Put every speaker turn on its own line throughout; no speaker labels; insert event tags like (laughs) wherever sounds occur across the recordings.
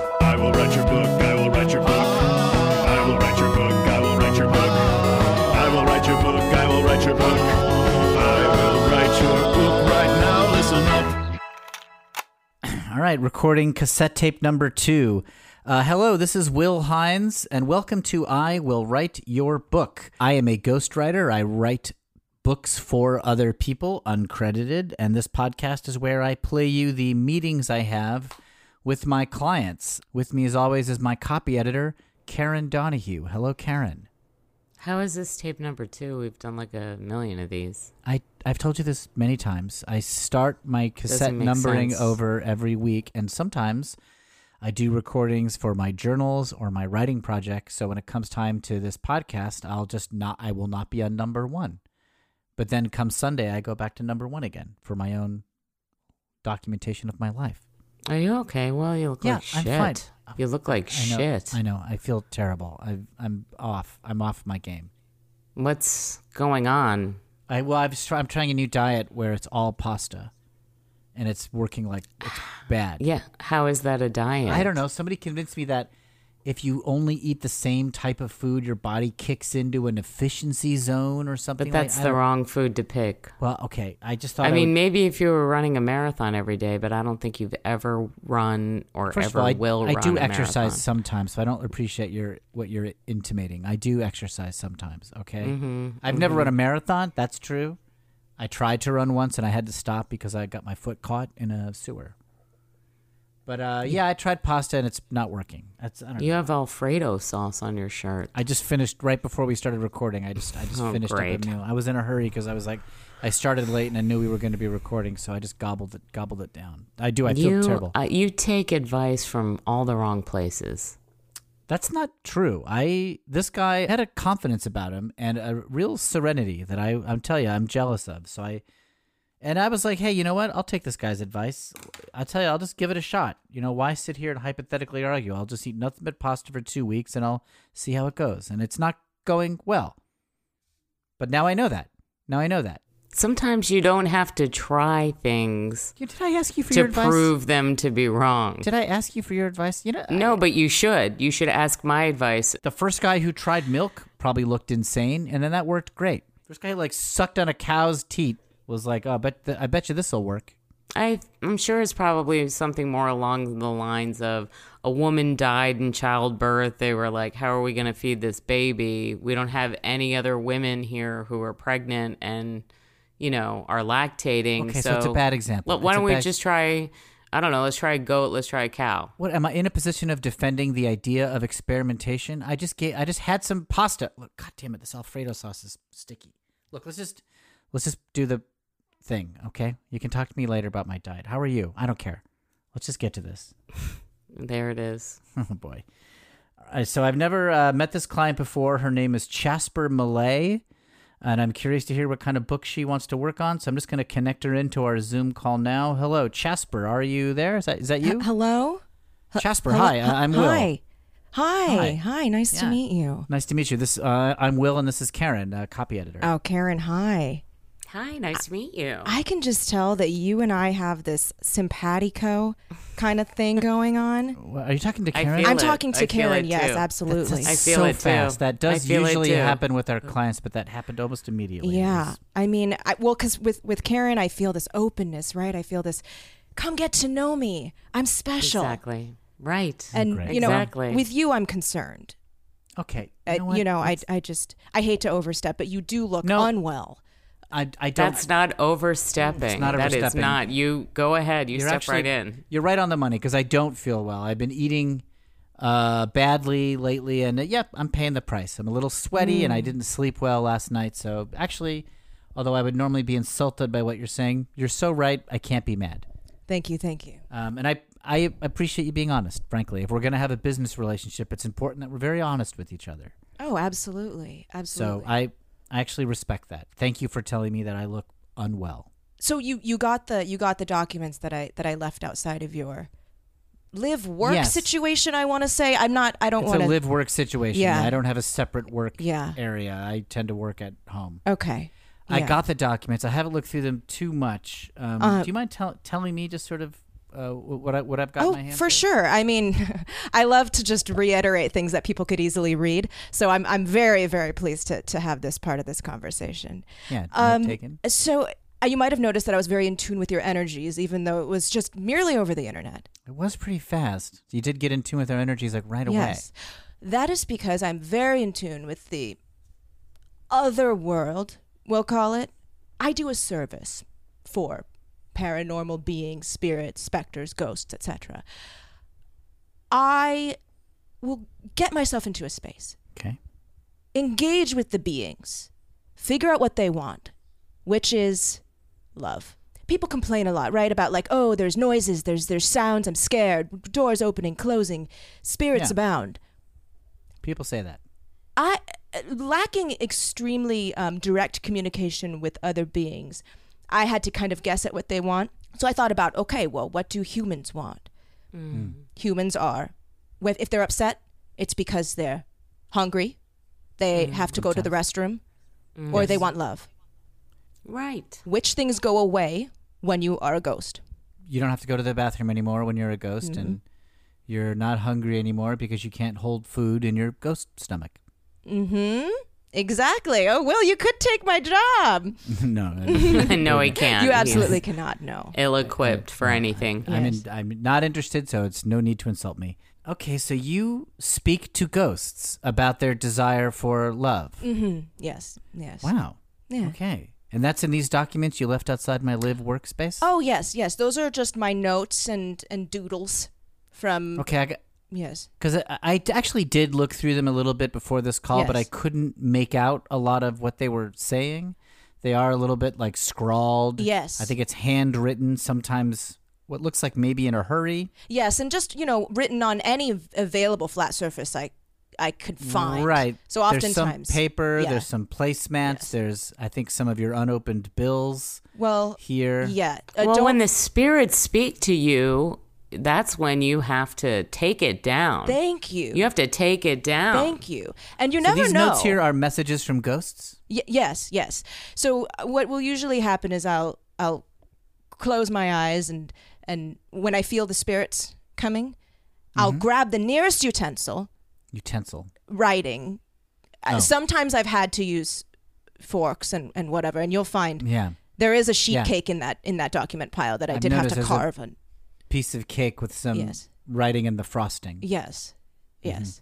write your book. I will write your book. I will write your book. I will write your book. I will write your book. I will write your book. I will write your book right now. Listen up.
All right, recording cassette tape number two. Uh, hello, this is Will Hines, and welcome to I Will Write Your Book. I am a ghostwriter. I write books for other people, uncredited, and this podcast is where I play you the meetings I have with my clients. With me, as always, is my copy editor, Karen Donahue. Hello, Karen.
How is this tape number two? We've done like a million of these.
I, I've told you this many times. I start my cassette
make
numbering
sense.
over every week, and sometimes I do recordings for my journals or my writing project. So when it comes time to this podcast, I'll just not, I will not be on number one. But then come Sunday, I go back to number one again for my own documentation of my life.
Are you okay? Well, you look
Yeah,
like
I'm
shit.
fine.
You look like
I know,
shit.
I know. I feel terrible. I, I'm off. I'm off my game.
What's going on?
I well, I've, str- I'm trying a new diet where it's all pasta, and it's working like
(sighs)
it's bad.
Yeah, how is that a diet?
I don't know. Somebody convinced me that if you only eat the same type of food, your body kicks into an efficiency zone or something.
But that's
like, I
the
don't-
wrong food to pick.
Well, okay. I just thought.
I mean,
would-
maybe if you were running a marathon every day, but I don't think you've ever run or
first of
ever
all, I,
will
I
run
do
a
exercise
marathon.
sometimes, so I don't appreciate your what you're intimating. I do exercise sometimes. Okay.
Mm-hmm,
I've never run a marathon. That's true. I tried to run once and I had to stop because I got my foot caught in a sewer. But uh,
Mm.
yeah, I tried pasta and it's not working. That's I don't know.
You have Alfredo sauce on your shirt.
I just finished right before we started recording. I just I just
Oh,
finished
great.
up a meal. I was in a hurry because I was like, I started late and I knew we were going to be recording, so I just gobbled it gobbled it down. I do. I feel
you,
terrible.
uh, you take advice from all the wrong places.
That's not true. I this guy had a confidence about him and a real serenity that I I'm telling you I'm jealous of. So I and I was like, hey, you know what? I'll take this guy's advice. I tell you, I'll just give it a shot. You know, why sit here and hypothetically argue? I'll just eat nothing but pasta for two weeks and I'll see how it goes. And it's not going well. But now I know that. Now I know that.
Sometimes you don't have to try things
Yeah, Did I ask you for
to
your advice?
prove them to be wrong.
Did I ask you for your advice? You know, I-
No, but you should. You should ask my advice.
The first guy who tried milk probably looked insane, and then that worked great. First guy who, like sucked on a cow's teat was like, "Oh, but th- I bet you this will work."
I, I'm sure it's probably something more along the lines of a woman died in childbirth. They were like, How are we going to feed this baby? We don't have any other women here who are pregnant and, you know, are lactating.
Okay, so it's a bad example.
Look, why
It's a
don't we
bad-
just try, I don't know, let's try a goat, let's try a cow.
What am I in a position of defending the idea of experimentation? I just gave, I just had some pasta. Look, god damn it, this Alfredo sauce is sticky. Look, let's just let's just do the thing, okay? You can talk to me later about my diet. How are you? I don't care. Let's just get to this.
There it is.
(laughs) Oh boy. Uh, So I've never uh, met this client before. Her name is Jasper Malay, and I'm curious to hear what kind of book she wants to work on. So I'm just going to connect her into our Zoom call now. Hello, Jasper. Are you there? Is that is that you?
H- Hello?
Jasper,
Hello?
hi. I- I'm Will.
Hi. Hi.
Hi.
Hi. Nice to
Yeah.
meet you.
Nice to meet you. This uh, I'm Will, and this is Karen, uh, copy editor.
Oh, Karen, hi.
Hi, nice to meet you.
I can just tell that you and I have this simpatico kind of thing going on.
Well, Are you talking to
I
Karen?
feel
I'm
it.
talking
I
to
feel
Karen.
it
Yes,
too.
absolutely.
That's
I feel
so
it too.
fast. That does
I feel it
usually
too.
happen with our clients, but that happened almost immediately. It
Yeah.
was-
I mean, I, well, because with, with Karen, I feel this openness, right? I feel this, come get to know me. I'm special.
Exactly. Right.
And,
Great.
you know,
Exactly.
with you, I'm concerned.
Okay.
Uh, You know,
what?
I, I just, I hate to overstep, but you do look
No.
unwell.
I, I don't.
That's not overstepping.
It's not
That is
overstepping.
not. You go ahead. You
You're
step
actually-
right in.
You're right on the money because I don't feel well. I've been eating uh, badly lately, and uh, yep, I'm paying the price. I'm a little sweaty, and I didn't sleep well last night. So actually, although I would normally be insulted by what you're saying, you're so right. I can't be mad,
Thank you. Thank you.
um, and I I appreciate you being honest. Frankly, if we're gonna have a business relationship, it's important that we're very honest with each other.
Oh, absolutely,
So
absolutely. So,
I I actually respect that. Thank you for telling me that I look unwell.
you you got the you got the documents that I that I left outside of your live work
Yes.
situation. I want to say I'm not. I don't
It's
want
a
to.
live work situation.
Yeah.
I don't have a separate work
Yeah.
area. I tend to work at home.
Okay.
I
Yeah.
got the documents. I haven't looked through them too much. Um,
Uh,
do you mind tell, telling me just sort of uh, what I, what I've got in my
Oh,
hands?
for sure. I mean, (laughs) I love to just reiterate things that people could easily read. So I'm, I'm very, very pleased to, to have this part of this conversation.
Yeah, note
Um,
taken.
So uh, you might have noticed that I was very in tune with your energies, even though it was just merely over the internet.
It was pretty fast. You did get in tune with our energies like right away.
Yes. That is because I'm very in tune with the other world, we'll call it. I do a service for paranormal beings, spirits, specters, ghosts, etc. I will get myself into a space,
Okay.
engage with the beings, figure out what they want, which is love. People complain a lot, right? About like, oh, there's noises, there's there's sounds, I'm scared, doors opening, closing, spirits
Yeah.
abound.
People say that.
I uh, lacking extremely um, direct communication with other beings, I had to kind of guess at what they want. So I thought about, okay, well, what do humans want? Humans are, wh- if they're upset, it's because they're hungry, they have to go to the restroom, or they want love.
Right.
Which things go away when you are a ghost?
You don't have to go to the bathroom anymore when you're a ghost,
Mm-hmm.
and you're not hungry anymore because you can't hold food in your ghost stomach. (laughs)
Hmm. Exactly. Oh, Will, you could take my job.
no,
(laughs)
I'm,
(laughs) no, he can't.
You
He's
absolutely cannot. No.
ill-equipped for anything.
I'm, in, I'm not interested, so it's no need to insult me. Okay, so you speak to ghosts about their desire for love.
Mm-hmm. Yes. Yes.
Wow.
Yeah.
Okay. And that's in these documents you left outside my live workspace?
Oh yes, yes. Those are just my notes and and doodles from
Okay, I got.
yes.
Because I, I actually did look through them a little bit before this call, but I
Yes.
couldn't make out a lot of what they were saying. They are a little bit like scrawled.
Yes.
I think it's handwritten, sometimes what looks like maybe in a hurry.
Yes, and just, you know, written on any av- available flat surface I I could find.
Right.
So
There's
oftentimes
some paper,
yeah.
there's some placemats,
Yes.
there's, I think, some of your unopened bills
Well,
here.
yeah. Uh,
Well,
don't-
when the spirits speak to you, that's when you have to take it down.
thank you.
you have to take it down.
Thank you. And you
So
never
these
know.
notes here are messages from ghosts.
Y- yes, yes. So uh, what will usually happen is I'll I'll close my eyes and and when I feel the spirits coming, I'll
Mm-hmm.
grab the nearest utensil
Utensil.
writing. Uh
Oh.
Sometimes I've had to use forks and, and whatever, and you'll find
Yeah.
there is a sheet
Yeah.
cake in that in that document pile that I
I've
did have
noticed
to
there's a-
carve. And
Piece of cake with some
Yes.
writing in the frosting.
yes,
Mm-hmm.
yes.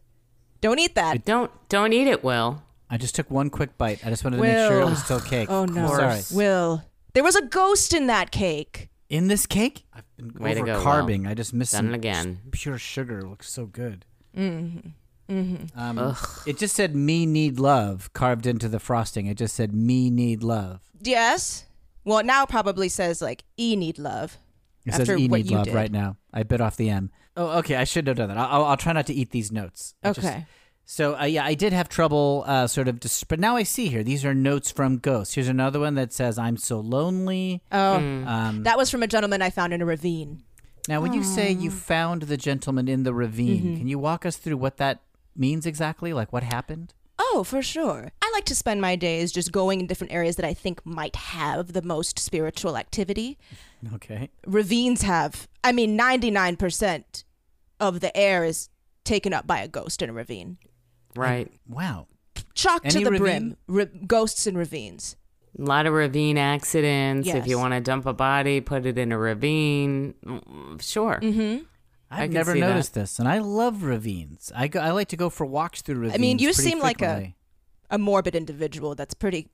Don't eat that.
Don't don't eat it, Will.
I just took one quick bite. I just wanted to make sure it
Will.
was
(sighs)
still cake.
oh no,
Sorry.
Will. There was a ghost in that cake.
In this cake? I've been
Way to
over
go,
carbing. I just missed
Done
some
it again.
s- pure sugar. It looks so good. Mm-hmm. Mm-hmm. Um, it just said "me need love" carved into the frosting. It just said "me need love."
Yes. Well, it now probably says like e need love.
It
After
says "e
what
need
you
love"
did.
right now. I bit off the M. Oh, okay. I should have done that. I- I'll, I'll try not to eat these notes. I just-
Okay.
so uh, yeah, I did have trouble uh, sort of, dis- but now I see here. These are notes from ghosts. Here's another one that says, "I'm so lonely."
Oh,
Um,
that was from a gentleman I found in a ravine.
Now, when you say you found the gentleman in the ravine, can you walk us through what that means exactly? Like what happened?
Oh, for sure. I like to spend my days just going in different areas that I think might have the most spiritual activity.
Okay.
Ravines have, I mean, 99% of the air is taken up by a ghost in a ravine.
Right.
Wow.
Chalk to
Any
the
ravine?
brim, ra- ghosts in ravines.
A lot of ravine accidents. If you
Yes.
want to dump a body, put it in a ravine. Mm, Sure.
I've
can
never
see that.
noticed this, and I love ravines. I, go, I like to go for walks through ravines.
mean, you
pretty
seem like a-
frequently.
A morbid individual that's pretty,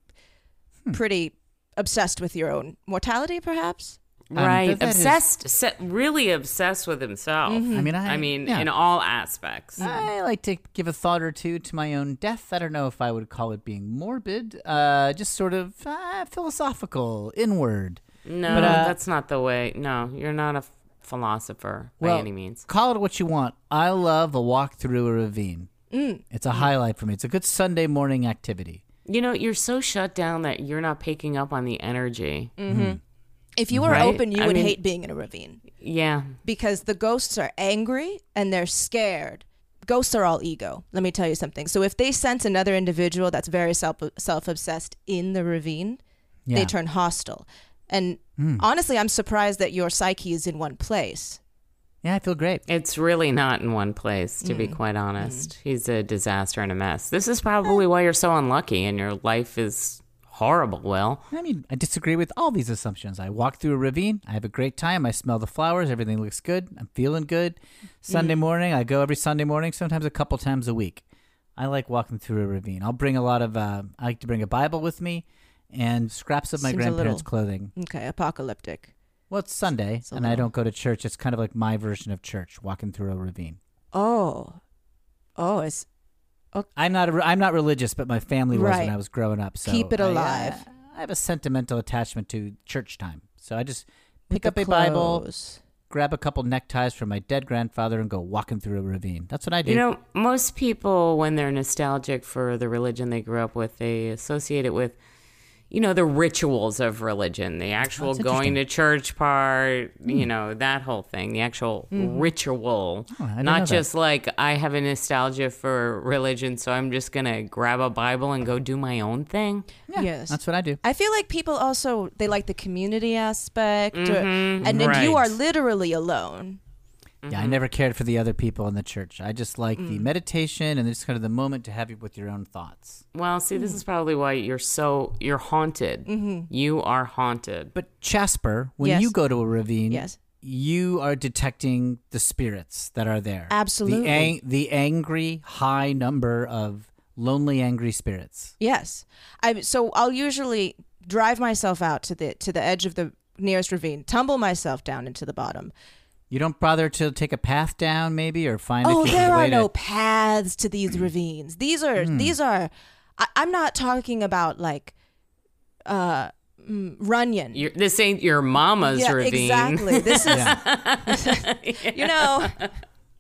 Hmm.
pretty obsessed with your own mortality, perhaps?
that-
Right.
that is- Mm-hmm.
obsessed, se- really obsessed with himself.
I mean, I,
I mean,
yeah. Mm.
in all aspects.
I like to give a thought or two to my own death. I don't know if I would call it being morbid, uh, just sort of uh, philosophical, inward.
No,
But, uh,
that's not the way. No, you're not a f- philosopher by any means.
Call it what you want. I love a walk through a ravine.
Mm.
It's a highlight for me. It's a good Sunday morning activity.
You know, you're so shut down that you're not picking up on the energy.
Mm.
If you were
Right.
open, you
I
would
mean-
hate being in a ravine
Yeah.
because the ghosts are angry and they're scared. Ghosts are all ego. Let me tell you something. So if they sense another individual that's very self self obsessed in the ravine,
Yeah. Hmm.
they turn hostile. And honestly, I'm surprised that your psyche is in one place.
Yeah, I feel great.
It's really not in one place, to be
Mm.
quite
Mm-hmm.
honest. He's a disaster and a mess. This is
Eh.
probably why you're so unlucky and your life is horrible, Will.
I mean, I disagree with all these assumptions. I walk through a ravine. I have a great time. I smell the flowers. Everything looks good. I'm feeling good. Sunday
Mm-hmm.
morning, I go every Sunday morning, sometimes a couple times a week. I like walking through a ravine. I'll bring a lot of, uh, I like to bring a Bible with me and scraps of my
Seems a
grandparents'
little-
clothing.
Okay, apocalyptic.
Well, it's Sunday
a
and I
little-
don't go to church. It's kind of like my version of church, walking through a ravine.
Oh, oh, it's
I'm not. A, I'm not religious, but my family was
Right.
when I was growing up. So
Keep it
I, uh,
alive.
I have a sentimental attachment to church time, so I just
with
pick up
the
a Bible,
clothes.
grab a couple neckties from my dead grandfather, and go walking through a ravine. That's what I do.
You know, most people, when they're nostalgic for the religion they grew up with, they associate it with, you know, the rituals of religion, the actual
Oh, that's interesting. Hmm.
going to church part, you know, that whole thing, the actual ritual.
Oh, I didn't know
Not
that.
just like, I have a nostalgia for religion, so I'm just going to grab a Bible and go do my own thing.
yeah,
yes.
that's what I do.
I feel like people also they like the community aspect, or, and then you
right.
are literally alone.
Yeah, I
Mm-hmm.
never cared for the other people in the church. I just like
Mm.
the meditation and just kind of the moment to have you with your own thoughts.
Well, see,
Hmm.
this is probably why you're so you're haunted.
Mm-hmm.
You are haunted.
But Jasper, when
Yes.
you go to a ravine,
Yes.
you are detecting the spirits that are there.
Absolutely.
The, ang- the angry high number of lonely angry spirits.
Yes. I so I'll usually drive myself out to the to the edge of the nearest ravine, tumble myself down into the bottom.
You don't bother to take a path down, maybe, or find.
oh,
if there's
there
a way to-
are no paths to these ravines. These are these are I, I'm not talking about like uh mm, Runyon.
You're, this ain't your mama's
yeah,
ravine.
exactly. This is (laughs) you know.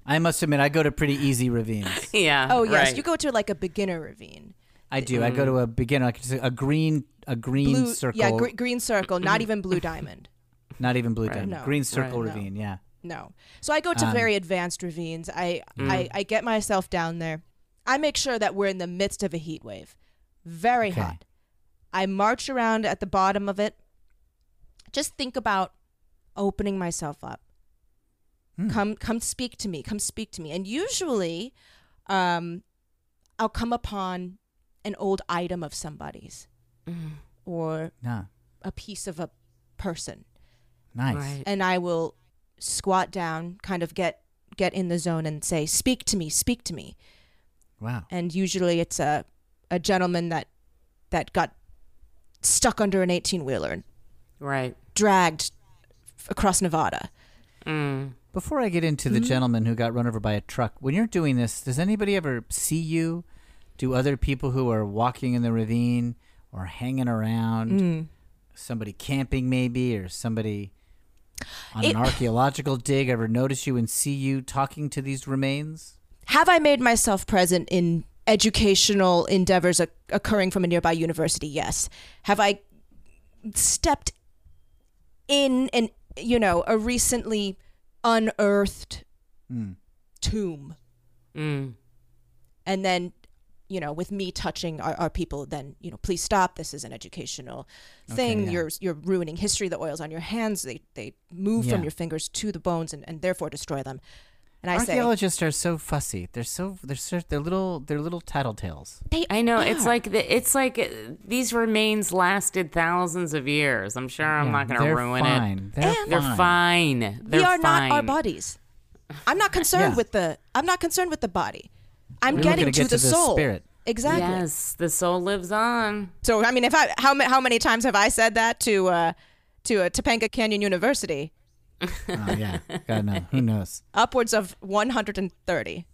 I must admit, I go to pretty easy ravines.
(laughs) yeah.
Oh yes,
right.
you go to like a beginner ravine.
I do. I go to a beginner, like just a green, a green
Blue,
circle.
yeah, gre- green circle, not even blue diamond.
not even blue diamond.
No.
green circle
Right. No.
ravine. Yeah.
No. So I go to very advanced ravines. I, I I get myself down there. I make sure that we're in the midst of a heat wave. Very
Okay.
hot. I march around at the bottom of it. Just think about opening myself up. Come come speak to me. Come speak to me. And usually um I'll come upon an old item of somebody's or
No.
a piece of a person
Nice.
Right.
and I will squat down, kind of get get in the zone and say, "Speak to me, speak to me."
Wow.
And usually it's a a gentleman that that got stuck under an 18-wheeler and
Right.
dragged f- across Nevada.
Mm.
Before I get into
Hmm?
the gentleman who got run over by a truck, when you're doing this, does anybody ever see you? Do other people who are walking in the ravine or hanging around,
Hmm.
somebody camping maybe, or somebody on
It-
an archaeological dig ever notice you and see you talking to these remains?
Have I made myself present in educational endeavors oc- occurring from a nearby university? Yes. Have I stepped in an you know a recently unearthed tomb?
Mm.
and then you know with me touching our, our people then you know please stop this is an educational thing
yeah.
you're you're ruining history the oils on your hands they they move
Yeah.
from your fingers to the bones and, and therefore destroy them and i say
Archaeologists are so fussy. They're so they're so, they're little they're little tattletales.
they
I know. It's like the, it's like uh, these remains lasted thousands of years. I'm sure I'm
Yeah,
not going to
they're
ruin
fine.
it.
They're fine.
They're fine. They're
we are
fine.
not our bodies i'm not concerned
Yeah.
with the i'm not concerned with the body i'm
We're
getting
gonna get
to the,
to the
soul
spirit.
exactly
Yes, the soul lives on.
so i mean if i how, ma- how many times have i said that to uh to uh, topanga canyon university
Oh
(laughs)
yeah, God no, who knows?
upwards of 130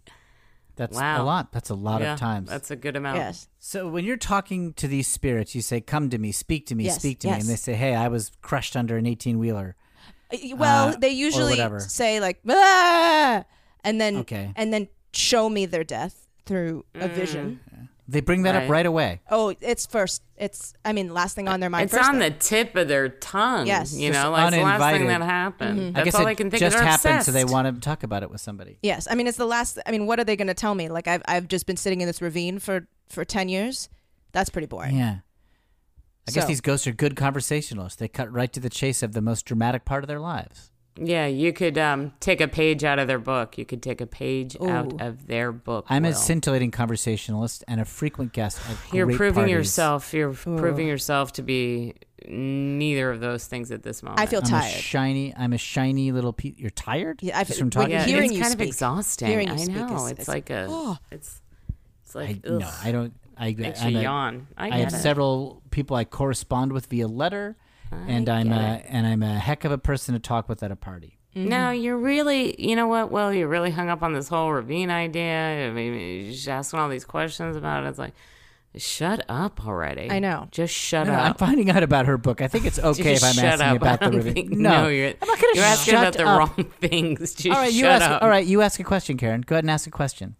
That's a
Wow.
lot. That's a lot
yeah,
of times.
That's a good amount.
yes
So when you're talking to these spirits, you say, "Come to me, speak to me,
Yes,
speak to me,"
yes.
and they say, "Hey, I was crushed under an eighteen wheeler."
Y- Well,
uh,
they
or
usually
whatever.
say like "Ah!" and then
Okay.
and then show me their death through
Mm.
a vision.
They bring that up
Right.
right away.
Oh, it's first. It's I mean last thing on their mind.
It's
first
on
thing.
the tip of their tongue.
Yes. Mm-hmm.
You
Just
know, like it's the last thing
uninvited.
that happened. Mm-hmm. That's
I guess
all
it
I can think
just
of. They're
happened, so they
obsessed.
want to talk about it with somebody.
yes. I mean it's the last. I mean what are they going to tell me? Like I've I've just been sitting in this ravine for for ten years. That's pretty boring.
Yeah. I guess
So-
these ghosts are good conversationalists. They cut right to the chase of the most dramatic part of their lives.
Yeah, you could um, take a page out of their book. You could take a page
Ooh.
out of their book.
I'm a
Will.
scintillating conversationalist and a frequent guest at
You're
great
proving
parties.
yourself. You're proving
Ugh.
yourself to be neither of those things at this moment.
I feel
I'm a
tired.
shiny. I'm a shiny little. Pe- you're tired.
Yeah, I
Just
feel-
from
we-
talking.
yeah,
hearing
it's
you
kind of
speak-
exhausting.
hearing you
I
speak
know.
is-
it's
is-
like a.
Oh.
It's it's
I,
like ugh,
no, I don't. I,
makes
I'm
you
a-
yawn. I,
I
get
have
it.
several people I correspond with via letter, and I'm
get
a, and I'm a heck of a person to talk with at a party.
Mm-hmm.
No, you're really. You know what? Well, you're really hung up on this whole ravine idea. I mean, you're just asking all these questions about it. It's like, shut up already.
I know.
Just shut
No,
up.
I'm finding out about her book. I think
(laughs)
it's okay if
Just
I'm
shut
asking
up.
about
(laughs) I
the
don't
movie.
think-
no,
you're,
I'm not going to
you're asking
shut
about the
up.
wrong (laughs) things. Just
All right, you
shut
ask.
up.
All right, you ask a question, Karen. Go ahead and ask a question.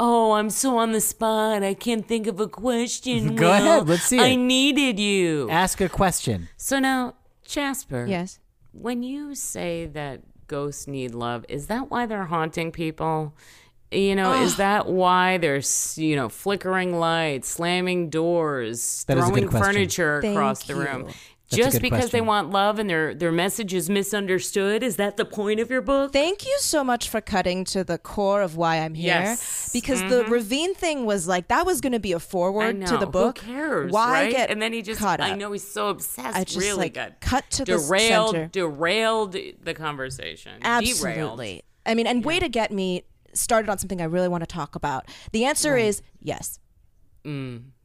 Oh, I'm so on the spot. I can't think of a
(laughs)
question.
Go
Will.
ahead, let's see
I
it.
needed you.
Ask a question.
so now, Jasper.
Yes.
When you say that ghosts need love, is that why they're haunting people? You know,
(sighs)
is that why there's you know flickering lights, slamming doors,
That is a good
throwing
question.
furniture
Thank
across the
you.
room?
a
Just
good
because they
question.
want love and their their message is misunderstood, is that the point of your book?
Thank you so much for cutting to the core of why I'm here.
Yes. Mm-hmm.
Because the ravine thing was like that was going to be a
I
forward
know.
to the book.
Who cares?
Why
right?
get
and then he just
caught
I
up?
know he's so obsessed.
I just,
really
like,
good.
cut to the s-
derailed,
center.
derailed the conversation.
Absolutely.
Derailed.
I mean, and way to get me started on something I really want to talk about. The answer is yes.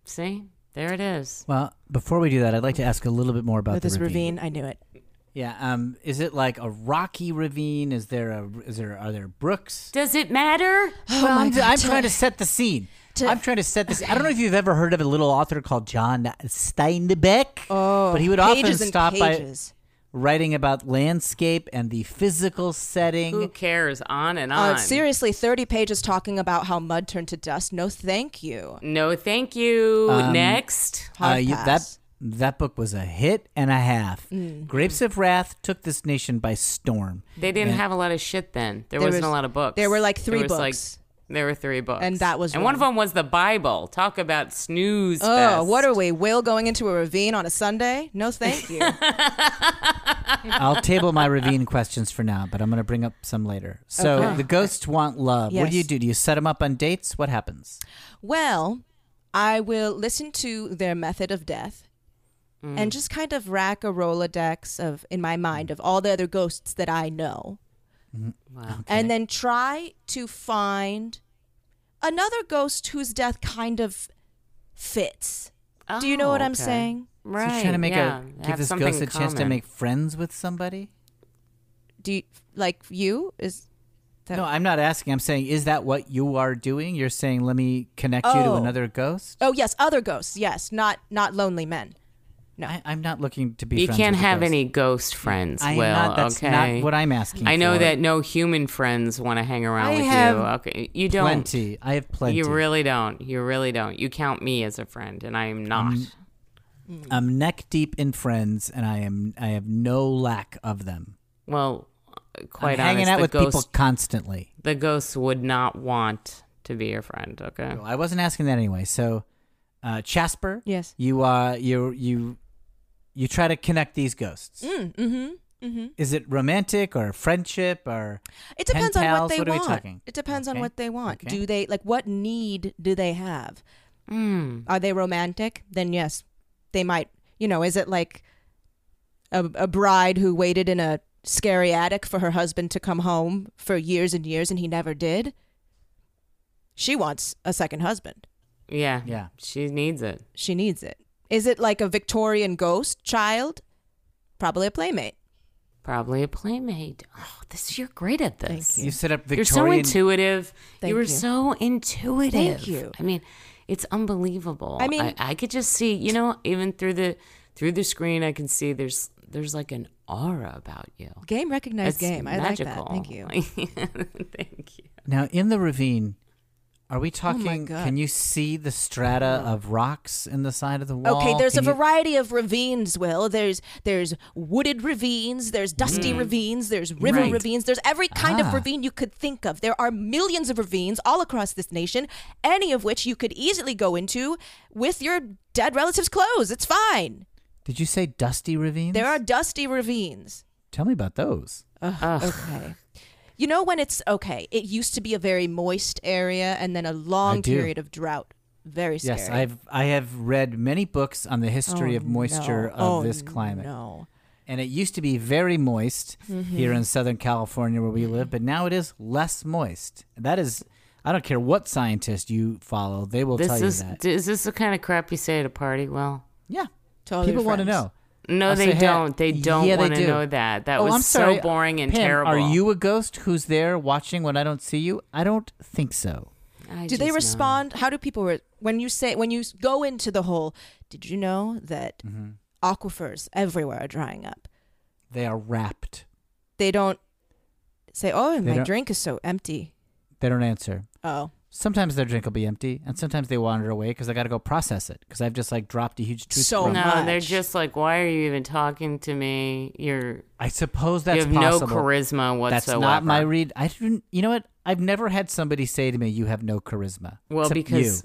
See, there it is.
Well, before we do that, I'd like to ask a little bit more about
With
the
this ravine, I knew it.
Yeah. Um. Is it like a rocky ravine? Is there a? Is there? Are there brooks?
Does it matter?
well,
Oh my
I'm,
God,
I'm
to-
trying to set the scene.
to-
I'm trying to set this. I don't know if you've ever heard of a little author called John Steinbeck, oh, but he would often
pages and
stop by
pages.
writing about landscape and the physical
Who
setting.
cares? On and on.
Uh, seriously, 30 pages talking about how mud turned to dust. No, thank you.
No, thank you.
Um,
Next.
Hard
Uh, you- that
pass. Mm.
that book was a hit and a half. Grapes of Wrath took this nation by storm.
They didn't have a lot of shit then. There,
There
wasn't
was-
a lot of books.
there were, like, three
There was, like,
books.
there were three books,
And that was
and
one.
one of them was the Bible. Talk about snooze.
Oh,
fest.
what are we? Will going into a ravine on a Sunday? No, thank
(laughs)
you.
(laughs)
I'll table
(laughs)
my ravine questions for now, but I'm going to bring up some later. So
Okay.
the ghosts want love. What do you
Yes.
do? Do you set them up on dates? What happens?
well, I will listen to their method of death
Mm.
and just kind of rack a Rolodex of, in my mind,
Mm.
of all the other ghosts that I know.
Wow.
And then try to find another ghost whose death kind of fits. Do you know
Oh,
what I'm
okay.
saying?
Right.
so you're trying to make
yeah.
a give
Have
this
something
ghost a
in
chance to
common.
make friends with somebody.
Do you, like you is that
No, I'm not asking. I'm saying, is that what you are doing? You're saying, let me connect you to
Oh.
another ghost.
Oh yes, other ghosts. Yes, not not lonely men.
I, I'm not looking to be.
You
friends
can't
with a
have
ghost.
any ghost friends.
I'm
Will,
not. That's
okay.
not what I'm asking.
I know
for.
that no human friends want to hang around
I
with
have
you. Okay, you don't.
Plenty. I have plenty.
You really don't. You really don't. You count me as a friend, and I am not.
I'm neck deep in friends, and I am. I have no lack of them.
well, quite
I'm hanging
honest,
out
the
with
ghost,
people constantly.
the ghosts would not want to be your friend. Okay.
I wasn't asking that anyway. So, uh, Chasper.
Yes.
You uh, you you you try to connect these ghosts.
Mm, mm-hmm. Mm-hmm.
Is it romantic or friendship or?
It
Pen
depends on
pals?
what they
What are we
want.
talking?
It depends
Okay.
on what they want.
Okay.
Do they like what need do they have?
Mm.
Are they romantic? Then yes, they might. You know, is it like a, a bride who waited in a scary attic for her husband to come home for years and years and he never did? She wants a second husband.
Yeah.
Yeah.
She needs it.
She needs it. Is it like a Victorian ghost child? Probably a playmate.
Probably a playmate. Oh, this you're great at this.
Thank
You set up
You're so
Victorian.
intuitive.
Thank
you were
you.
so intuitive.
Thank you.
I mean, it's unbelievable.
I mean-
I, I could just see, you know, even through the through the screen, I can see there's there's like an aura about you.
Game recognized
It's
game.
magical.
I like that. Thank
(laughs)
you.
Thank you.
Now in the ravine, are we
Oh my
talking?
God.
can you see the strata of rocks in the side of the wall?
Okay, there's
Can
a
you-
variety of ravines, Will. There's there's wooded ravines, there's dusty ravines, there's river
Mm. Right.
ravines, there's every kind
Ah.
of ravine you could think of. There are millions of ravines all across this nation, any of which you could easily go into with your dead relatives' clothes. It's fine.
Did you say dusty ravines?
There are dusty ravines.
Tell me about those.
Ugh.
Okay. You know when it's okay. It used to be a very moist area and then a
I
long
do.
period of drought. Very scary.
Yes, I've I have read many books on the history
Oh,
of moisture
no.
of
Oh,
this climate.
No. Mm-hmm.
And it used to be very moist here in Southern California where we live, but now it is less moist. That is I don't care what scientist you follow, they will tell
This
you
is
that.
is this the kind of crap you say at a party? Well,
yeah.
To all
People
your
want to
friends.
know.
no,
I'll
they
say, "Hey,
don't. They don't
yeah, they
want to
do."
know that. That
oh,
was
I'm sorry.
so boring and
Pam,
terrible.
Are you a ghost who's there watching when I don't see you? I don't think so.
I
Do they
just know.
respond? How do people re- when you say when you s- go into the hole? Did you know that aquifers everywhere are drying up?
They are wrapped.
They don't say, "Oh, my
don't-
drink is so empty."
They don't answer.
Oh,
Sometimes their drink will be empty, and sometimes they wander away because I got to go process it because I've just like dropped a huge toothbrush.
So
No, they're
much.
just like, why are you even talking to me? You're
I suppose that's
you have
possible.
no charisma
That's
whatsoever.
not my read. I didn't. You know what? I've never had somebody say to me, "You have no charisma."
well
except
because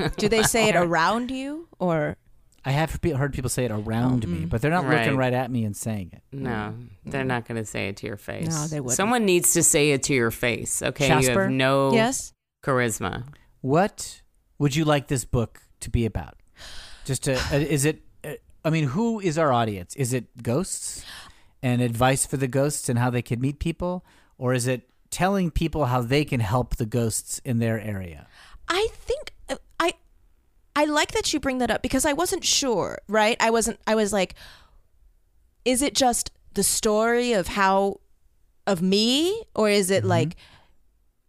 you.
(laughs)
do they say it around you or?
I have pe- heard people say it around me, but they're not looking
Mm-hmm.
right
Right.
at me and saying it.
no, they're not going to say it to your face.
No, they wouldn't.
Someone needs to say it to your face. Okay, you
Jasper?
have no
Yes.
charisma.
What would you like this book to be about? Just to, uh, is it? Uh, I mean, who is our audience? Is it ghosts and advice for the ghosts and how they can meet people, or is it telling people how they can help the ghosts in their area?
I think uh, I I like that you bring that up because I wasn't sure, right? I wasn't I was like is it just the story of how of me or is
Mm-hmm.
it like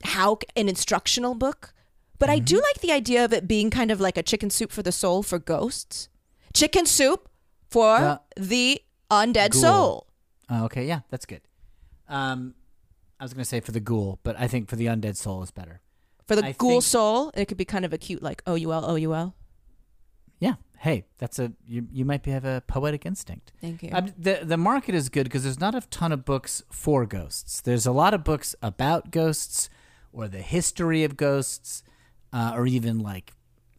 how c- an instructional book? But I
Mm-hmm.
do like the idea of it being kind of like a chicken soup for the soul for ghosts. Chicken soup for
Yeah.
the undead
Ghoul.
soul.
Oh, okay, yeah, that's good. Um, I was gonna say for the ghoul, but I think for the undead soul is better.
For the
I
ghoul
think-
soul, it could be kind of a cute like O U L O U L.
Yeah. Hey, that's a you. You might be, have a poetic instinct.
Thank you.
Um, the the market is good because there's not a ton of books for ghosts. There's a lot of books about ghosts, or the history of ghosts, uh, or even like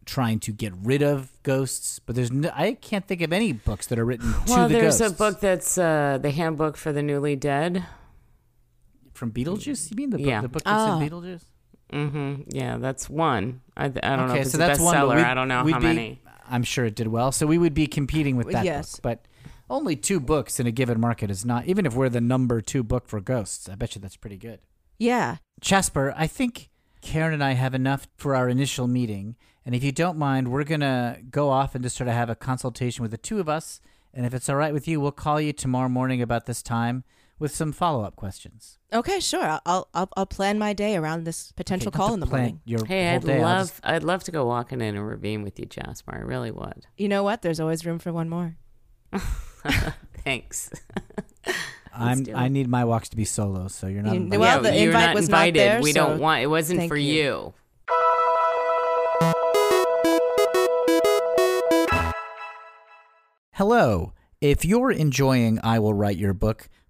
trying to get rid of ghosts. But there's no, I can't think of any books that are written to
well,
the
there's
ghosts.
a book that's uh, the handbook for the newly dead.
from Beetlejuice. You mean the book,
Yeah. Ah.
the book that's
Oh.
in Beetlejuice?
hmm Yeah, that's one. I, th- I don't know if it's a
that's one, but
bestseller.
we'd-
I don't know
we'd
how
be-
many.
I'm sure it did well. So we would be competing with that
Yes.
book. But only two books in a given market is not, even if we're the number two book for ghosts, I bet you that's pretty good.
yeah.
Jasper, I think Karen and I have enough for our initial meeting. And if you don't mind, we're going to go off and just sort of have a consultation with the two of us. And if it's all right with you, we'll call you tomorrow morning about this time with some follow up questions.
Okay, sure. I'll- I'll I'll, I'll plan my day around this potential
Okay, not
call
to
in the
plan
morning.
Your
Hey,
whole
I'd
day. I'll
love
just-
I'd love to go walking in a ravine with you, Jasper. I really would. (laughs)
(laughs)
You know what? There's always room for one more.
Thanks.
I'm,
do it.
I need my walks to be solo, so you're not.
You-
invited.
Well, the
you're
invite
not
was not
invited.
there,
we
so
don't want. It wasn't
thank
for
you.
you.
Hello. If you're enjoying I Will Write Your Book,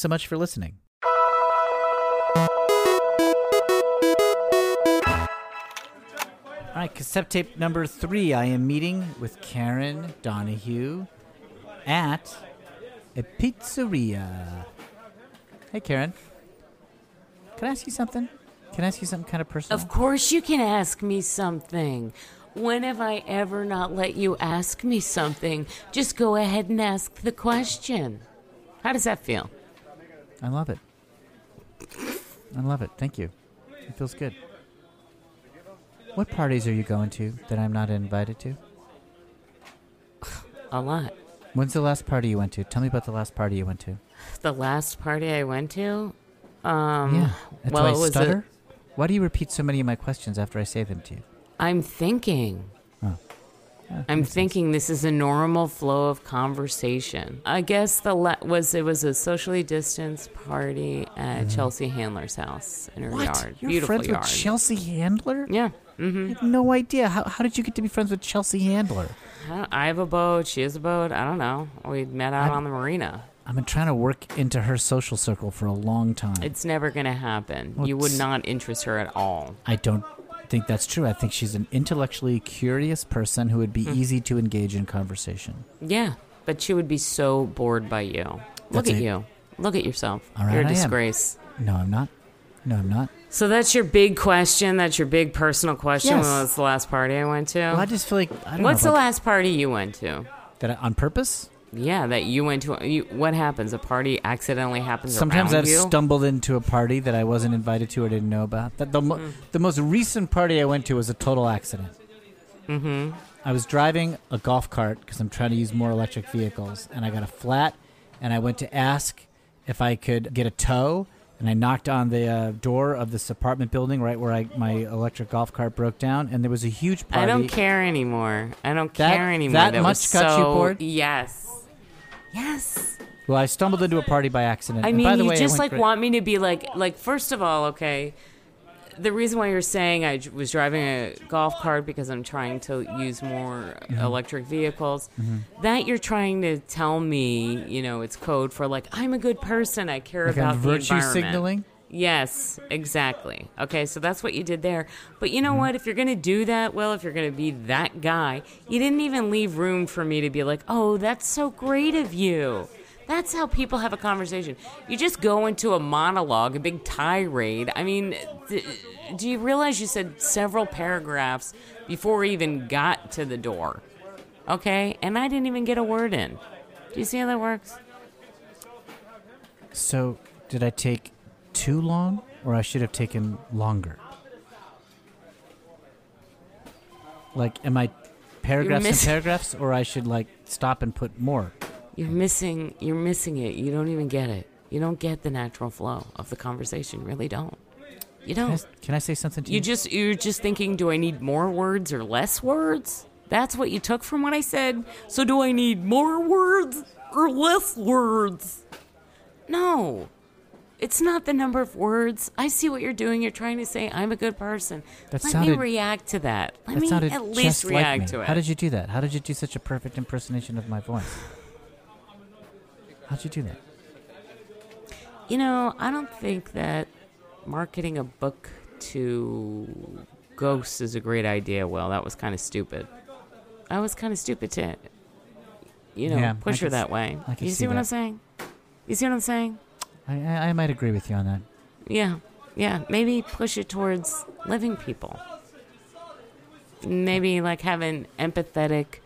so much for listening. All right, cassette tape number three. I am meeting with Karen Donahue at a pizzeria. Hey, Karen. Can I ask you something? Can I ask you something kind of personal?
Of course, you can ask me something. When have I ever not let you ask me something? Just go ahead and ask the question. How does that feel?
I love it. I love it. Thank you. It feels good. What parties are you going to that I'm not invited to?
A lot.
When's the last party you went to? Tell me about the last party you went to.
The last party I went to. Um,
yeah. That's
well,
why I
it was. a-
stutter. why do you repeat so many of my questions after I say them to you?
I'm thinking. I'm thinking this is a normal flow of conversation. I guess the la- was it was a socially distanced party at Chelsea Handler's house in her yard.
Mm-hmm. You're
Beautiful
friends
yard.
with Chelsea Handler?
yeah. Mm-hmm.
I had no idea. How, how did you get to be friends with Chelsea Handler?
I, don't- I have a boat. She has a boat. I don't know. We met out on the marina.
I've been trying to work into her social circle for a long time.
It's never going to happen. You
What's-
would not interest her at all.
I don't think that's true. I think she's an intellectually curious person who would be
Hmm.
easy to engage in conversation.
Yeah, but she would be so bored by you. Look
That's
at
it.
you. Look at yourself.
All right,
You're
I
a
am.
disgrace.
No, I'm not. No, I'm not.
So that's your big question. That's your big personal question.
Yes.
Well, that's the last party I went to.
Well, I just feel like I don't
Oh. What's the
know. if I-
last party you went to?
That I, on purpose?
Yeah, that you went to. You, what happens? A party accidentally happens.
Sometimes
around
I've
you?
stumbled into a party that I wasn't invited to or didn't know about. That the mo-
Mm.
the most recent party I went to was a total accident. Mm-hmm. I was driving a golf cart because I'm trying to use more electric vehicles, and I got a flat, and I went to ask if I could get a tow, and I knocked on the uh, door of this apartment building right where I, my electric golf cart broke down, and there was a huge party.
I don't care anymore. I don't
That-
care anymore.
that
was
much got you
so-
bored?
Yes. Yes.
Well, I stumbled into a party by accident.
I
And
mean,
by the
you
way, I
just
went
like
great.
want me to be like, like first of all, okay. The reason why you're saying I j- was driving a golf cart because I'm trying to use more
Mm-hmm.
electric vehicles, that you're trying to tell me, you know, it's code for like I'm a good person, I care
Like I'm
about the
virtue
environment.
signaling?
Yes, exactly. Okay, so that's what you did there. But you know what? If you're going to do that, well, if you're going to be that guy, you didn't even leave room for me to be like, oh, that's so great of you. That's how people have a conversation. You just go into a monologue, a big tirade. I mean, th- do you realize you said several paragraphs before we even got to the door? Okay, and I didn't even get a word in. Do you see how that works?
So, did I take too long, or I should have taken longer? Like, am I paragraphs and
missing-
paragraphs, or I should like stop and put more?
You're missing you're missing it. You don't even get it. You don't get the natural flow of the conversation. You really don't. You
Can I,
don't.
can I say something to you?
Oh. You just you're just thinking, do I need more words or less words? That's what you took from what I said. So do I need more words or less words? No. It's not the number of words. I see what you're doing. You're trying to say I'm a good person.
That
Let me
sounded-
react to that. Let
that
me
sounded
at
just
least
like
react
me.
to it.
How did you do that? How did you do such a perfect impersonation of my voice? How'd you do that?
You know, I don't think that marketing a book to ghosts is a great idea. Well, that was kind of stupid. I was kind of stupid to, you know,
Yeah, I
push
can
her that
s-
way.
I can
you
see
see, what I'm
that.
saying? You see what I'm saying?
I, I, I might agree with you on that.
Yeah, yeah. Maybe push it towards living people. Maybe like have an empathetic,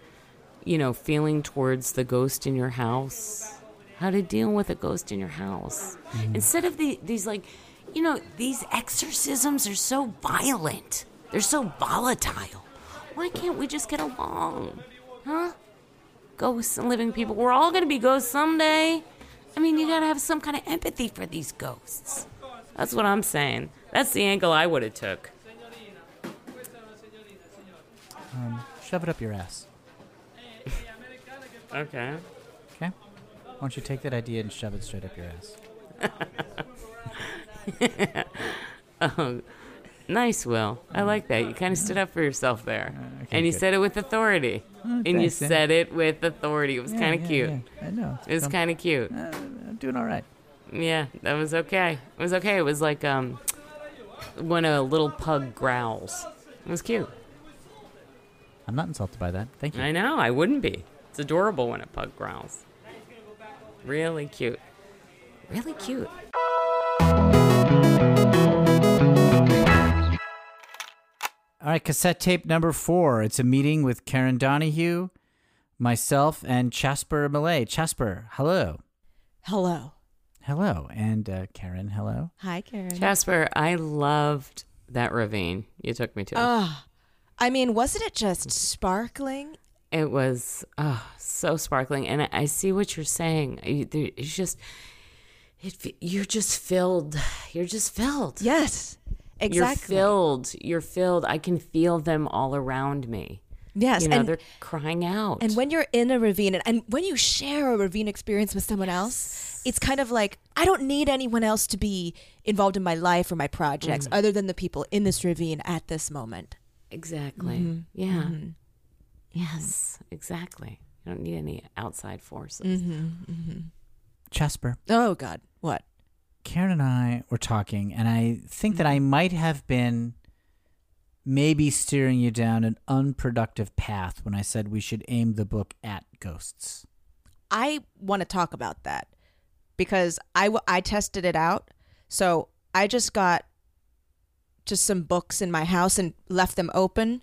you know, feeling towards the ghost in your house. How to deal with a ghost in your house instead of the these like, you know, these exorcisms are so violent. They're so volatile. Why can't we just get along, huh? Ghosts and living people. We're all gonna be ghosts someday. I mean, you gotta have some kind of empathy for these ghosts. That's what I'm saying. That's the angle I would have took.
Shove it up your ass.
Okay.
Okay. Why don't you take that idea and shove it straight up your ass?
Oh, Nice, Will. I like that. You kind of stood up for yourself there.
okay,
and you
good.
said it with authority. and you
thanks, yeah.
said it with authority. It was kind of cute.
I know.
It was kind of cute.
I'm doing all right.
Yeah, that was okay. It was okay. It was like um, when a little pug growls. It was cute.
I'm not insulted by that. Thank you.
I know. I wouldn't be. It's adorable when a pug growls. Really cute. Really cute.
All right, cassette tape number four. It's a meeting with Karen Donahue, myself, and Jasper Millay. Jasper, hello.
Hello.
Hello. And uh, Karen, hello.
Hi, Karen.
Jasper, I loved that ravine you took me to.
Ah, I mean, wasn't it just sparkling?
It was oh, so sparkling, and I, I see what you're saying. You- there- It's just, it, fe- you're just filled. You're just filled.
Yes, exactly.
You're filled. You're filled. I can feel them all around me.
Yes,
you know
and-
they're crying out.
And when you're in a ravine and, and when you share a ravine experience with someone else, it's kind of like I don't need anyone else to be involved in my life or my projects other than the people in this ravine at this moment.
exactly,
Mm-hmm.
yeah, yes, exactly. You don't need any outside forces.
Mm-hmm.
Jasper,
Oh God, what?
Karen and I were talking, and I think that I might have been maybe steering you down an unproductive path when I said we should aim the book at ghosts.
I want to talk about that because I w- I tested it out. So I just got just some books in my house and left them open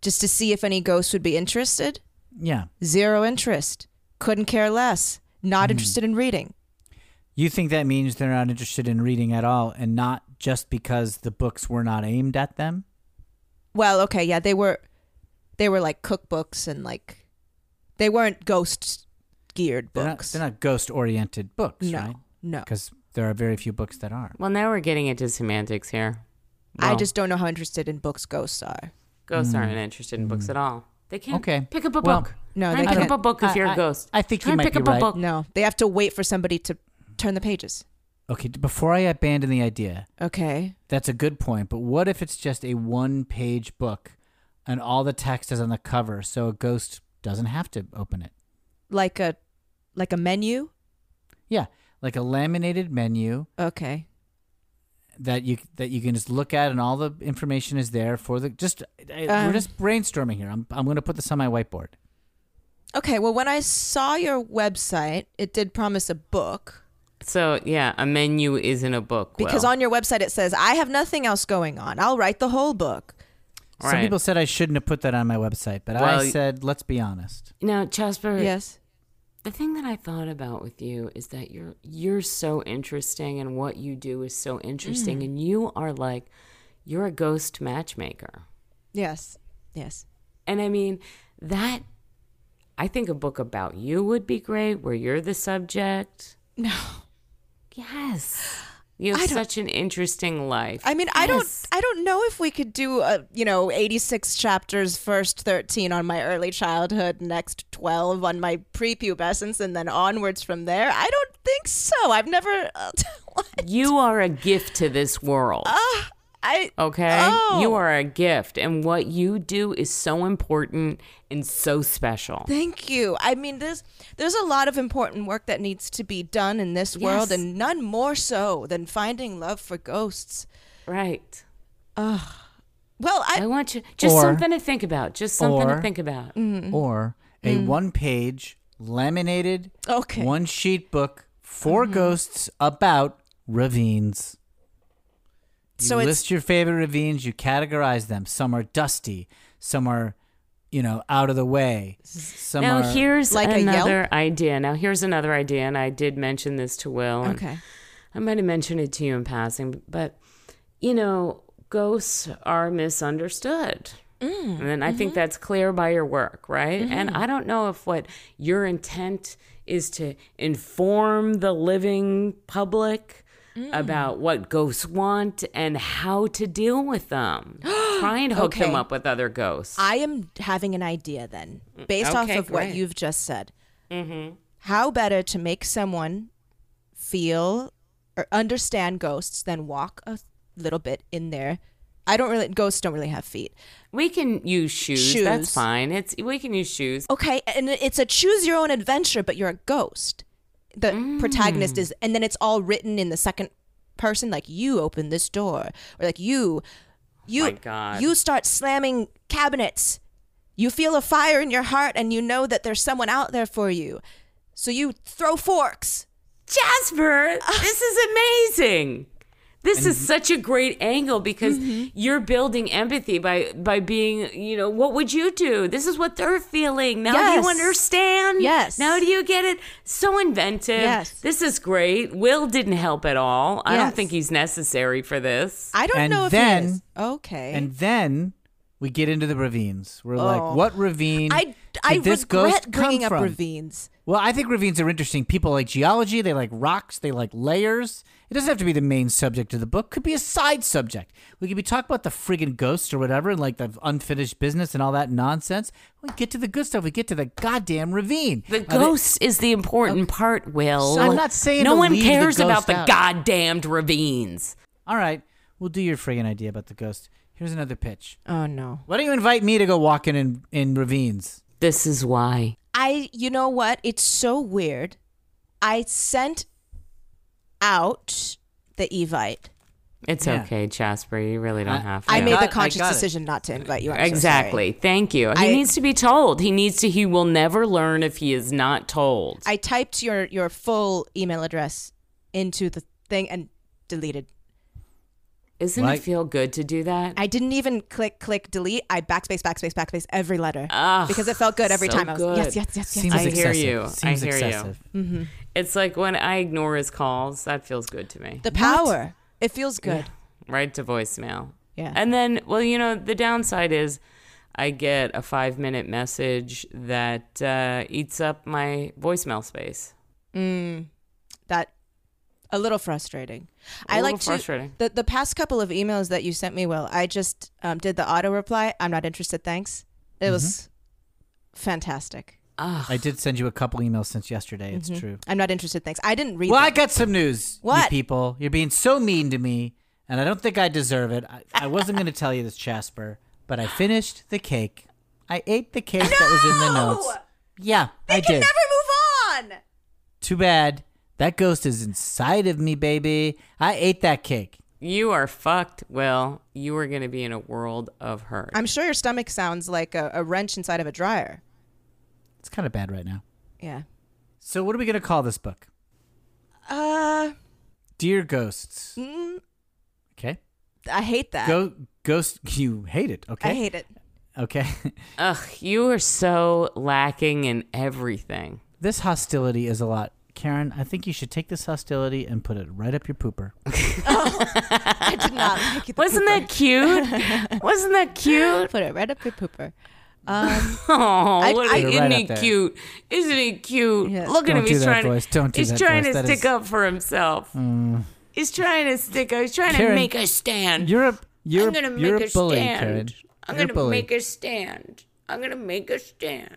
just to see if any ghosts would be interested.
Yeah.
Zero interest. Couldn't care less. Not
Mm-hmm.
interested in reading.
You think that means they're not interested in reading at all and not just because the books were not aimed at them?
Well, okay, yeah, they were they were like cookbooks and like they weren't ghost geared
They're not,
books.
they're not ghost oriented books,
no.
right?
No.
Because there are very few books that are.
Well, now we're getting into semantics here.
I
Well,
just don't know how interested in books ghosts are.
ghosts aren't interested in books at all. They can't
Okay.
pick up a
Well,
book.
No,
Try
they
and pick
can't.
up a book if
I-
you're
I-
a ghost.
I think
Try
you
and
might
pick
be
up
right.
a book.
No, they have to wait for somebody to turn the pages.
Okay, d- before I abandon the idea,
Okay.
that's a good point, but what if it's just a one page book and all the text is on the cover so a ghost doesn't have to open it?
Like a like a menu?
Yeah, like a laminated menu
Okay.
that you that you can just look at and all the information is there for the just I,
Um,
we're just brainstorming here. I'm I'm going to put this on my whiteboard.
Okay, well when I saw your website, it did promise a book
So yeah, a menu isn't a book.
because
Will.
on your website it says I have nothing else going on. I'll write the whole book.
Some
Right.
people said I shouldn't have put that on my website, but
Well,
I
y-
said let's be honest.
now, Jasper,
Yes.
the thing that I thought about with you is that you're you're so interesting, and what you do is so
Mm.
interesting, and you are like you're a ghost matchmaker.
Yes. Yes.
And I mean, that I think a book about you would be great where you're the subject.
No.
Yes. You have
I don't-
such an interesting life.
I mean, I don't
Yes.
I don't know if we could do a, you know, 86 chapters first 13 on my early childhood, next 12 on my prepubescence and then onwards from there. I don't think so. I've never (laughs)
You are a gift to this world.
I
Okay?
Oh.
You are a gift. And what you do is so important and so special.
Thank you. I mean, there's there's a lot of important work that needs to be done in this world,
Yes.
and none more so than finding love for ghosts.
Right.
Well,
I
I
want you just
Or-
something to think about. Just something
or-
to think about.
Mm.
Or a
Mm.
one page laminated
okay.
one sheet book for
Mm-hmm.
ghosts about ravines. You
So it's-
list your favorite ravines, you categorize them. Some are dusty, some are, you know, out of the way. Some
Now
are
here's
Like a Yelp?
another idea. Now here's another idea, and I did mention this to Will. and
Okay.
I might have mentioned it to you in passing, but you know, ghosts are misunderstood.
Mm,
and I think
mm-hmm.
that's clear by your work, right? And I don't know if what your intent is to inform the living public
Mm.
about what ghosts want and how to deal with
(gasps)
them. Try and hook them
Okay.
up with other ghosts.
I am having an idea then, based off
Mm, okay,
of what
great. Mm-hmm.
you've just said. How better to make someone feel or understand ghosts than walk a little bit in there? I don't really ghosts don't really have feet.
we can use shoes.
Shoes.
That's fine. It's we can use shoes.
Okay, and it's a choose your own adventure, but you're a ghost. The
Mm.
protagonist is, and then it's all written in the second person, like you open this door, or like you, you,
my God.
you start slamming cabinets. You feel a fire in your heart, and you know that there's someone out there for you, so you throw forks.
(laughs)
Jasper, this is amazing. This is such a great angle because
Mm-hmm.
you're building empathy by by being, you know, what would you do? This is what they're feeling. Now do
Yes.
you understand?
Yes.
Now do you get it? So inventive.
Yes.
This is great. Will didn't help at all. I
Yes.
don't think he's necessary for this.
I don't
And
know if
then-
it is. okay.
And then We get into the ravines. We're like,
Oh.
what ravine?
I,
did
I
this
regret
ghost come
bringing up
from?
ravines.
Well, I think ravines are interesting. People like geology, they like rocks, they like layers. It doesn't have to be the main subject of the book, could be a side subject. We could be talking about the friggin' ghosts or whatever, and like the unfinished business and all that nonsense. We get to the good stuff, we get to the goddamn ravine. Are
The
they-
ghost is the important part, Will.
So I'm not saying
no
to
one
leave the
cares
ghost
about the
out.
goddamned ravines.
all right, we'll do your friggin' idea about the ghost. Here's another pitch.
Oh, no.
Why don't you invite me to go walking in, in ravines?
This is why.
I, you know what? It's so weird. I sent out the evite.
It's
Yeah.
okay, Jasper. You really don't
I-
have to.
I made
got- I
the conscious
got it.
decision not to invite you. I'm so sorry.
exactly. Thank you. He
I-
needs to be told. He needs to. He will never learn if he is not told.
I typed your your full email address into the thing and deleted.
Isn't
Like-
it feel good to do that?
I didn't even click click delete. I backspace backspace backspace every letter
Ugh,
because it felt good every
so
time. I was yes
good.
yes yes yes.
Ah, Seems
I hear
excessive.
you. I
Seems
hear you.
excessive.
it's like when I ignore his calls. That feels good to me.
the power. It feels good.
right to voicemail.
Yeah.
And then, well, you know, the downside is I get a five minute message that uh, eats up my voicemail space.
Mm, that a little frustrating.
A
I
little
like to
frustrating.
the the past couple of emails that you sent me. Will I just um, did the auto reply? I'm not interested. Thanks. It was
Mm-hmm.
fantastic.
Ugh.
I did send you a couple emails since yesterday. It's
Mm-hmm.
true.
I'm not interested. Thanks. I didn't read.
Well,
them.
I got some news, you
What?
people. You're being so mean to me, and I don't think I deserve it. I, I wasn't going to tell you this, Jasper, but I finished the cake. I ate the cake that was in the notes. Yeah, I did.
never move on.
Too bad. That ghost is inside of me, baby. I ate that cake.
You are fucked, Will. You are going to be in a world of hurt.
I'm sure your stomach sounds like a, a wrench inside of a dryer.
It's kind of bad right now.
Yeah.
So, what are we going to call this book?
Uh,
Dear Ghosts.
mm,
Okay.
I hate that.
Go ghost. (laughs) You hate it. Okay.
I hate it.
Okay. (laughs)
Ugh, you are so lacking in everything.
this hostility is a lot. Karen, I think you should take this hostility and put it right up your
(laughs)
pooper.
I did not
(laughs)
like it.
Wasn't that cute? (laughs) Wasn't that (laughs) cute?
Put it right up your pooper.
(laughs)
Um,
Oh,
I- I-
isn't
Right up
he
there.
cute? Isn't he cute?
Yes.
Look at
Don't
him.
do
He's
that
trying
voice.
to.
Don't do
he's
that
trying
voice.
to
That
stick
is-
up for himself. He's trying to stick up. He's trying
Karen,
to make a stand.
Europe, Europe,
I'm gonna make
Europe
a
bully,
stand.
Karen.
I'm
You're a
gonna
bully.
make a stand. I'm gonna make a stand.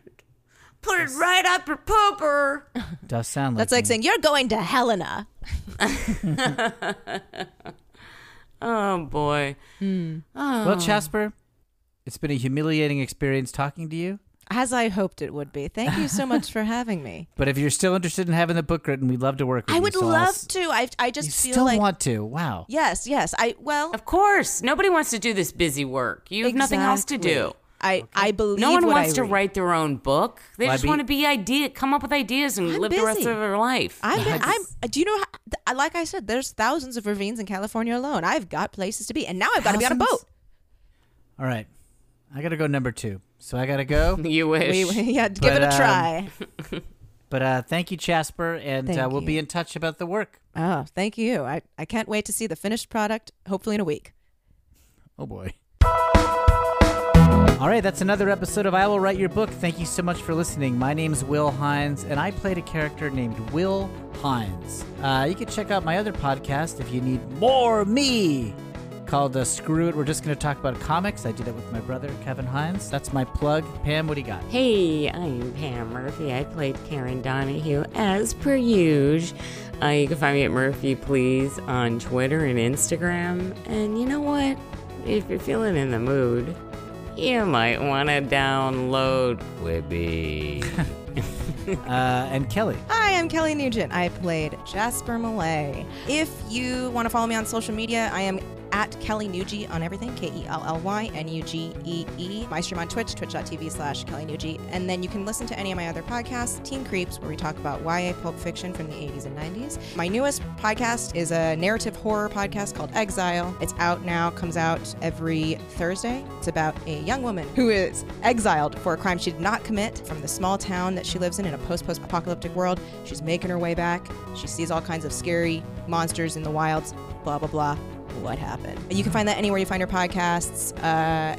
Put it right up your pooper.
Does sound like
that's like
me.
saying you're going to Helena.
(laughs) Oh boy.
Well, Jasper, it's been a humiliating experience talking to you.
As I hoped it would be. Thank you so much for having me.
But if you're still interested in having the book written, we'd love to work with
I
you.
would
So I'll
love
s-
to. I, I
You
just feel
still
like
want to? Wow.
yes, yes. I well,
Of course, nobody wants to do this busy work. You have nothing else to
exactly.
do.
I I believe
No one
what
wants
I
to
read.
write their own book. They
Well, I
just
be-
want to be idea, come up with ideas, and
I'm
live the rest
busy.
of their life.
I've been, I'm. uh, Do you know? How, th- I- like I said, there's thousands of ravines in California alone. I've got places to be, and now I've got to be on a boat.
Thousands? All right. I got to go number two. So I got to go.
(laughs)
(laughs)
you wish.
We, yeah, give
But,
it a
um,
try.
but uh, thank you, Jasper. And uh,
Thank
we'll be
you.
in touch about the work.
Oh, thank you. I, I can't wait to see the finished product, hopefully in a week.
Oh boy. All right, that's another episode of I Will Write Your Book. Thank you so much for listening. My name's Will Hines, and I played a character named Will Hines. Uh, you can check out my other podcast if you need more me, called uh, Screw It. We're just going to talk about comics. I did it with my brother, Kevin Hines. That's my plug. Pam, what do you got?
Hey, I'm Pam Murphy. I played Karen Donahue as per usual. Uh, you can find me at Murphy Please on Twitter and Instagram. And you know what? If you're feeling in the mood, you might want to download (laughs) Quibi.
Uh, and Kelly.
Hi, I'm Kelly Nugent. I played Jasper Malay. If you want to follow me on social media, I am at Kelly Nugie on everything, E K-E-L-L-Y-N-U-G-E-E. I E stream on Twitch, twitch.tv slash Kelly Nugie. And then you can listen to any of my other podcasts, Teen Creeps, where we talk about YA pulp fiction from the 80s and 90s. My newest podcast is a narrative horror podcast called Exile. It's out now, comes out every Thursday. It's about a young woman who is exiled for a crime she did not commit from the small town that she lives in in a post post apocalyptic world. She's making her way back. She sees all kinds of scary monsters in the wilds, blah, blah, blah.
what happened. You can find that anywhere you find your podcasts, uh,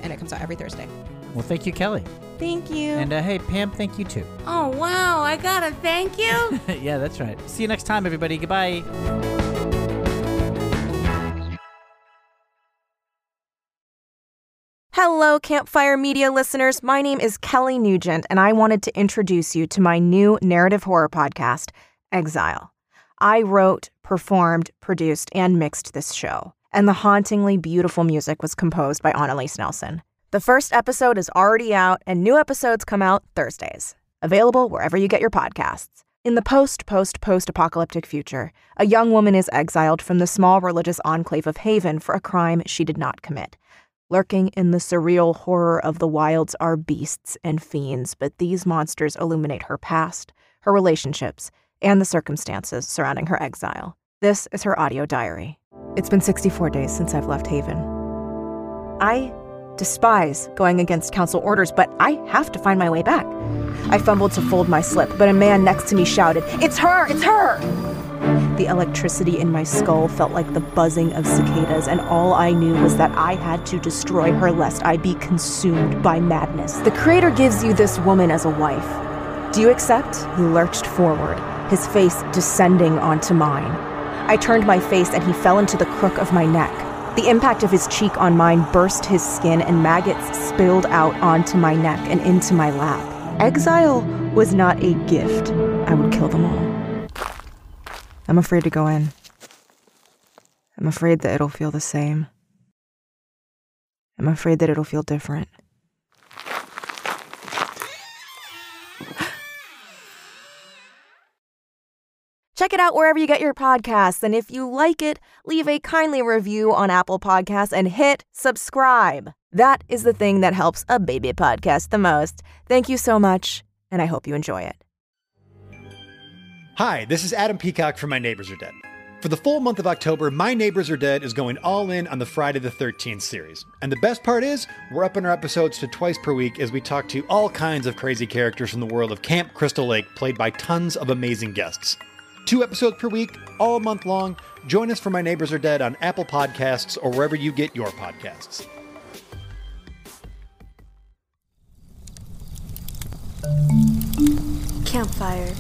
and it comes out every Thursday.
Well, thank you, Kelly.
Thank you.
And uh, hey, Pam, thank you too.
Oh, wow. I got to thank you.
(laughs) yeah, that's right. See you next time, everybody. Goodbye.
Hello, Campfire Media listeners. My name is Kelly Nugent, and I wanted to introduce you to my new narrative horror podcast, Exile. I wrote, performed, produced, and mixed this show, and the hauntingly beautiful music was composed by Annalise Nelson. The first episode is already out, and new episodes come out Thursdays, available wherever you get your podcasts. In the post post post apocalyptic future, a young woman is exiled from the small religious enclave of Haven for a crime she did not commit. Lurking in the surreal horror of the wilds are beasts and fiends, but these monsters illuminate her past, her relationships, and the circumstances surrounding her exile. This is her audio diary. It's been 64 days since I've left Haven. I despise going against council orders, but I have to find my way back. I fumbled to fold my slip, but a man next to me shouted, It's her! It's her! The electricity in my skull felt like the buzzing of cicadas, and all I knew was that I had to destroy her lest I be consumed by madness. The Creator gives you this woman as a wife. Do you accept? He lurched forward, his face descending onto mine. I turned my face, and he fell into the crook of my neck. The impact of his cheek on mine burst his skin, and maggots spilled out onto my neck and into my lap. Exile was not a gift. I would kill them all. I'm afraid to go in. I'm afraid that it'll feel the same. I'm afraid that it'll feel different. (gasps) Check it out wherever you get your podcasts. And if you like it, leave a kindly review on Apple Podcasts and hit subscribe. That is the thing that helps a baby podcast the most. Thank you so much, and I hope you enjoy it.
Hi, this is Adam Peacock from My Neighbors Are Dead. For the full month of October, My Neighbors Are Dead is going all in on the Friday the 13th series. And the best part is, we're upping our episodes to twice per week as we talk to all kinds of crazy characters from the world of Camp Crystal Lake, played by tons of amazing guests. Two episodes per week, all month long. Join us for My Neighbors Are Dead on Apple Podcasts or wherever you get your podcasts.
Campfire.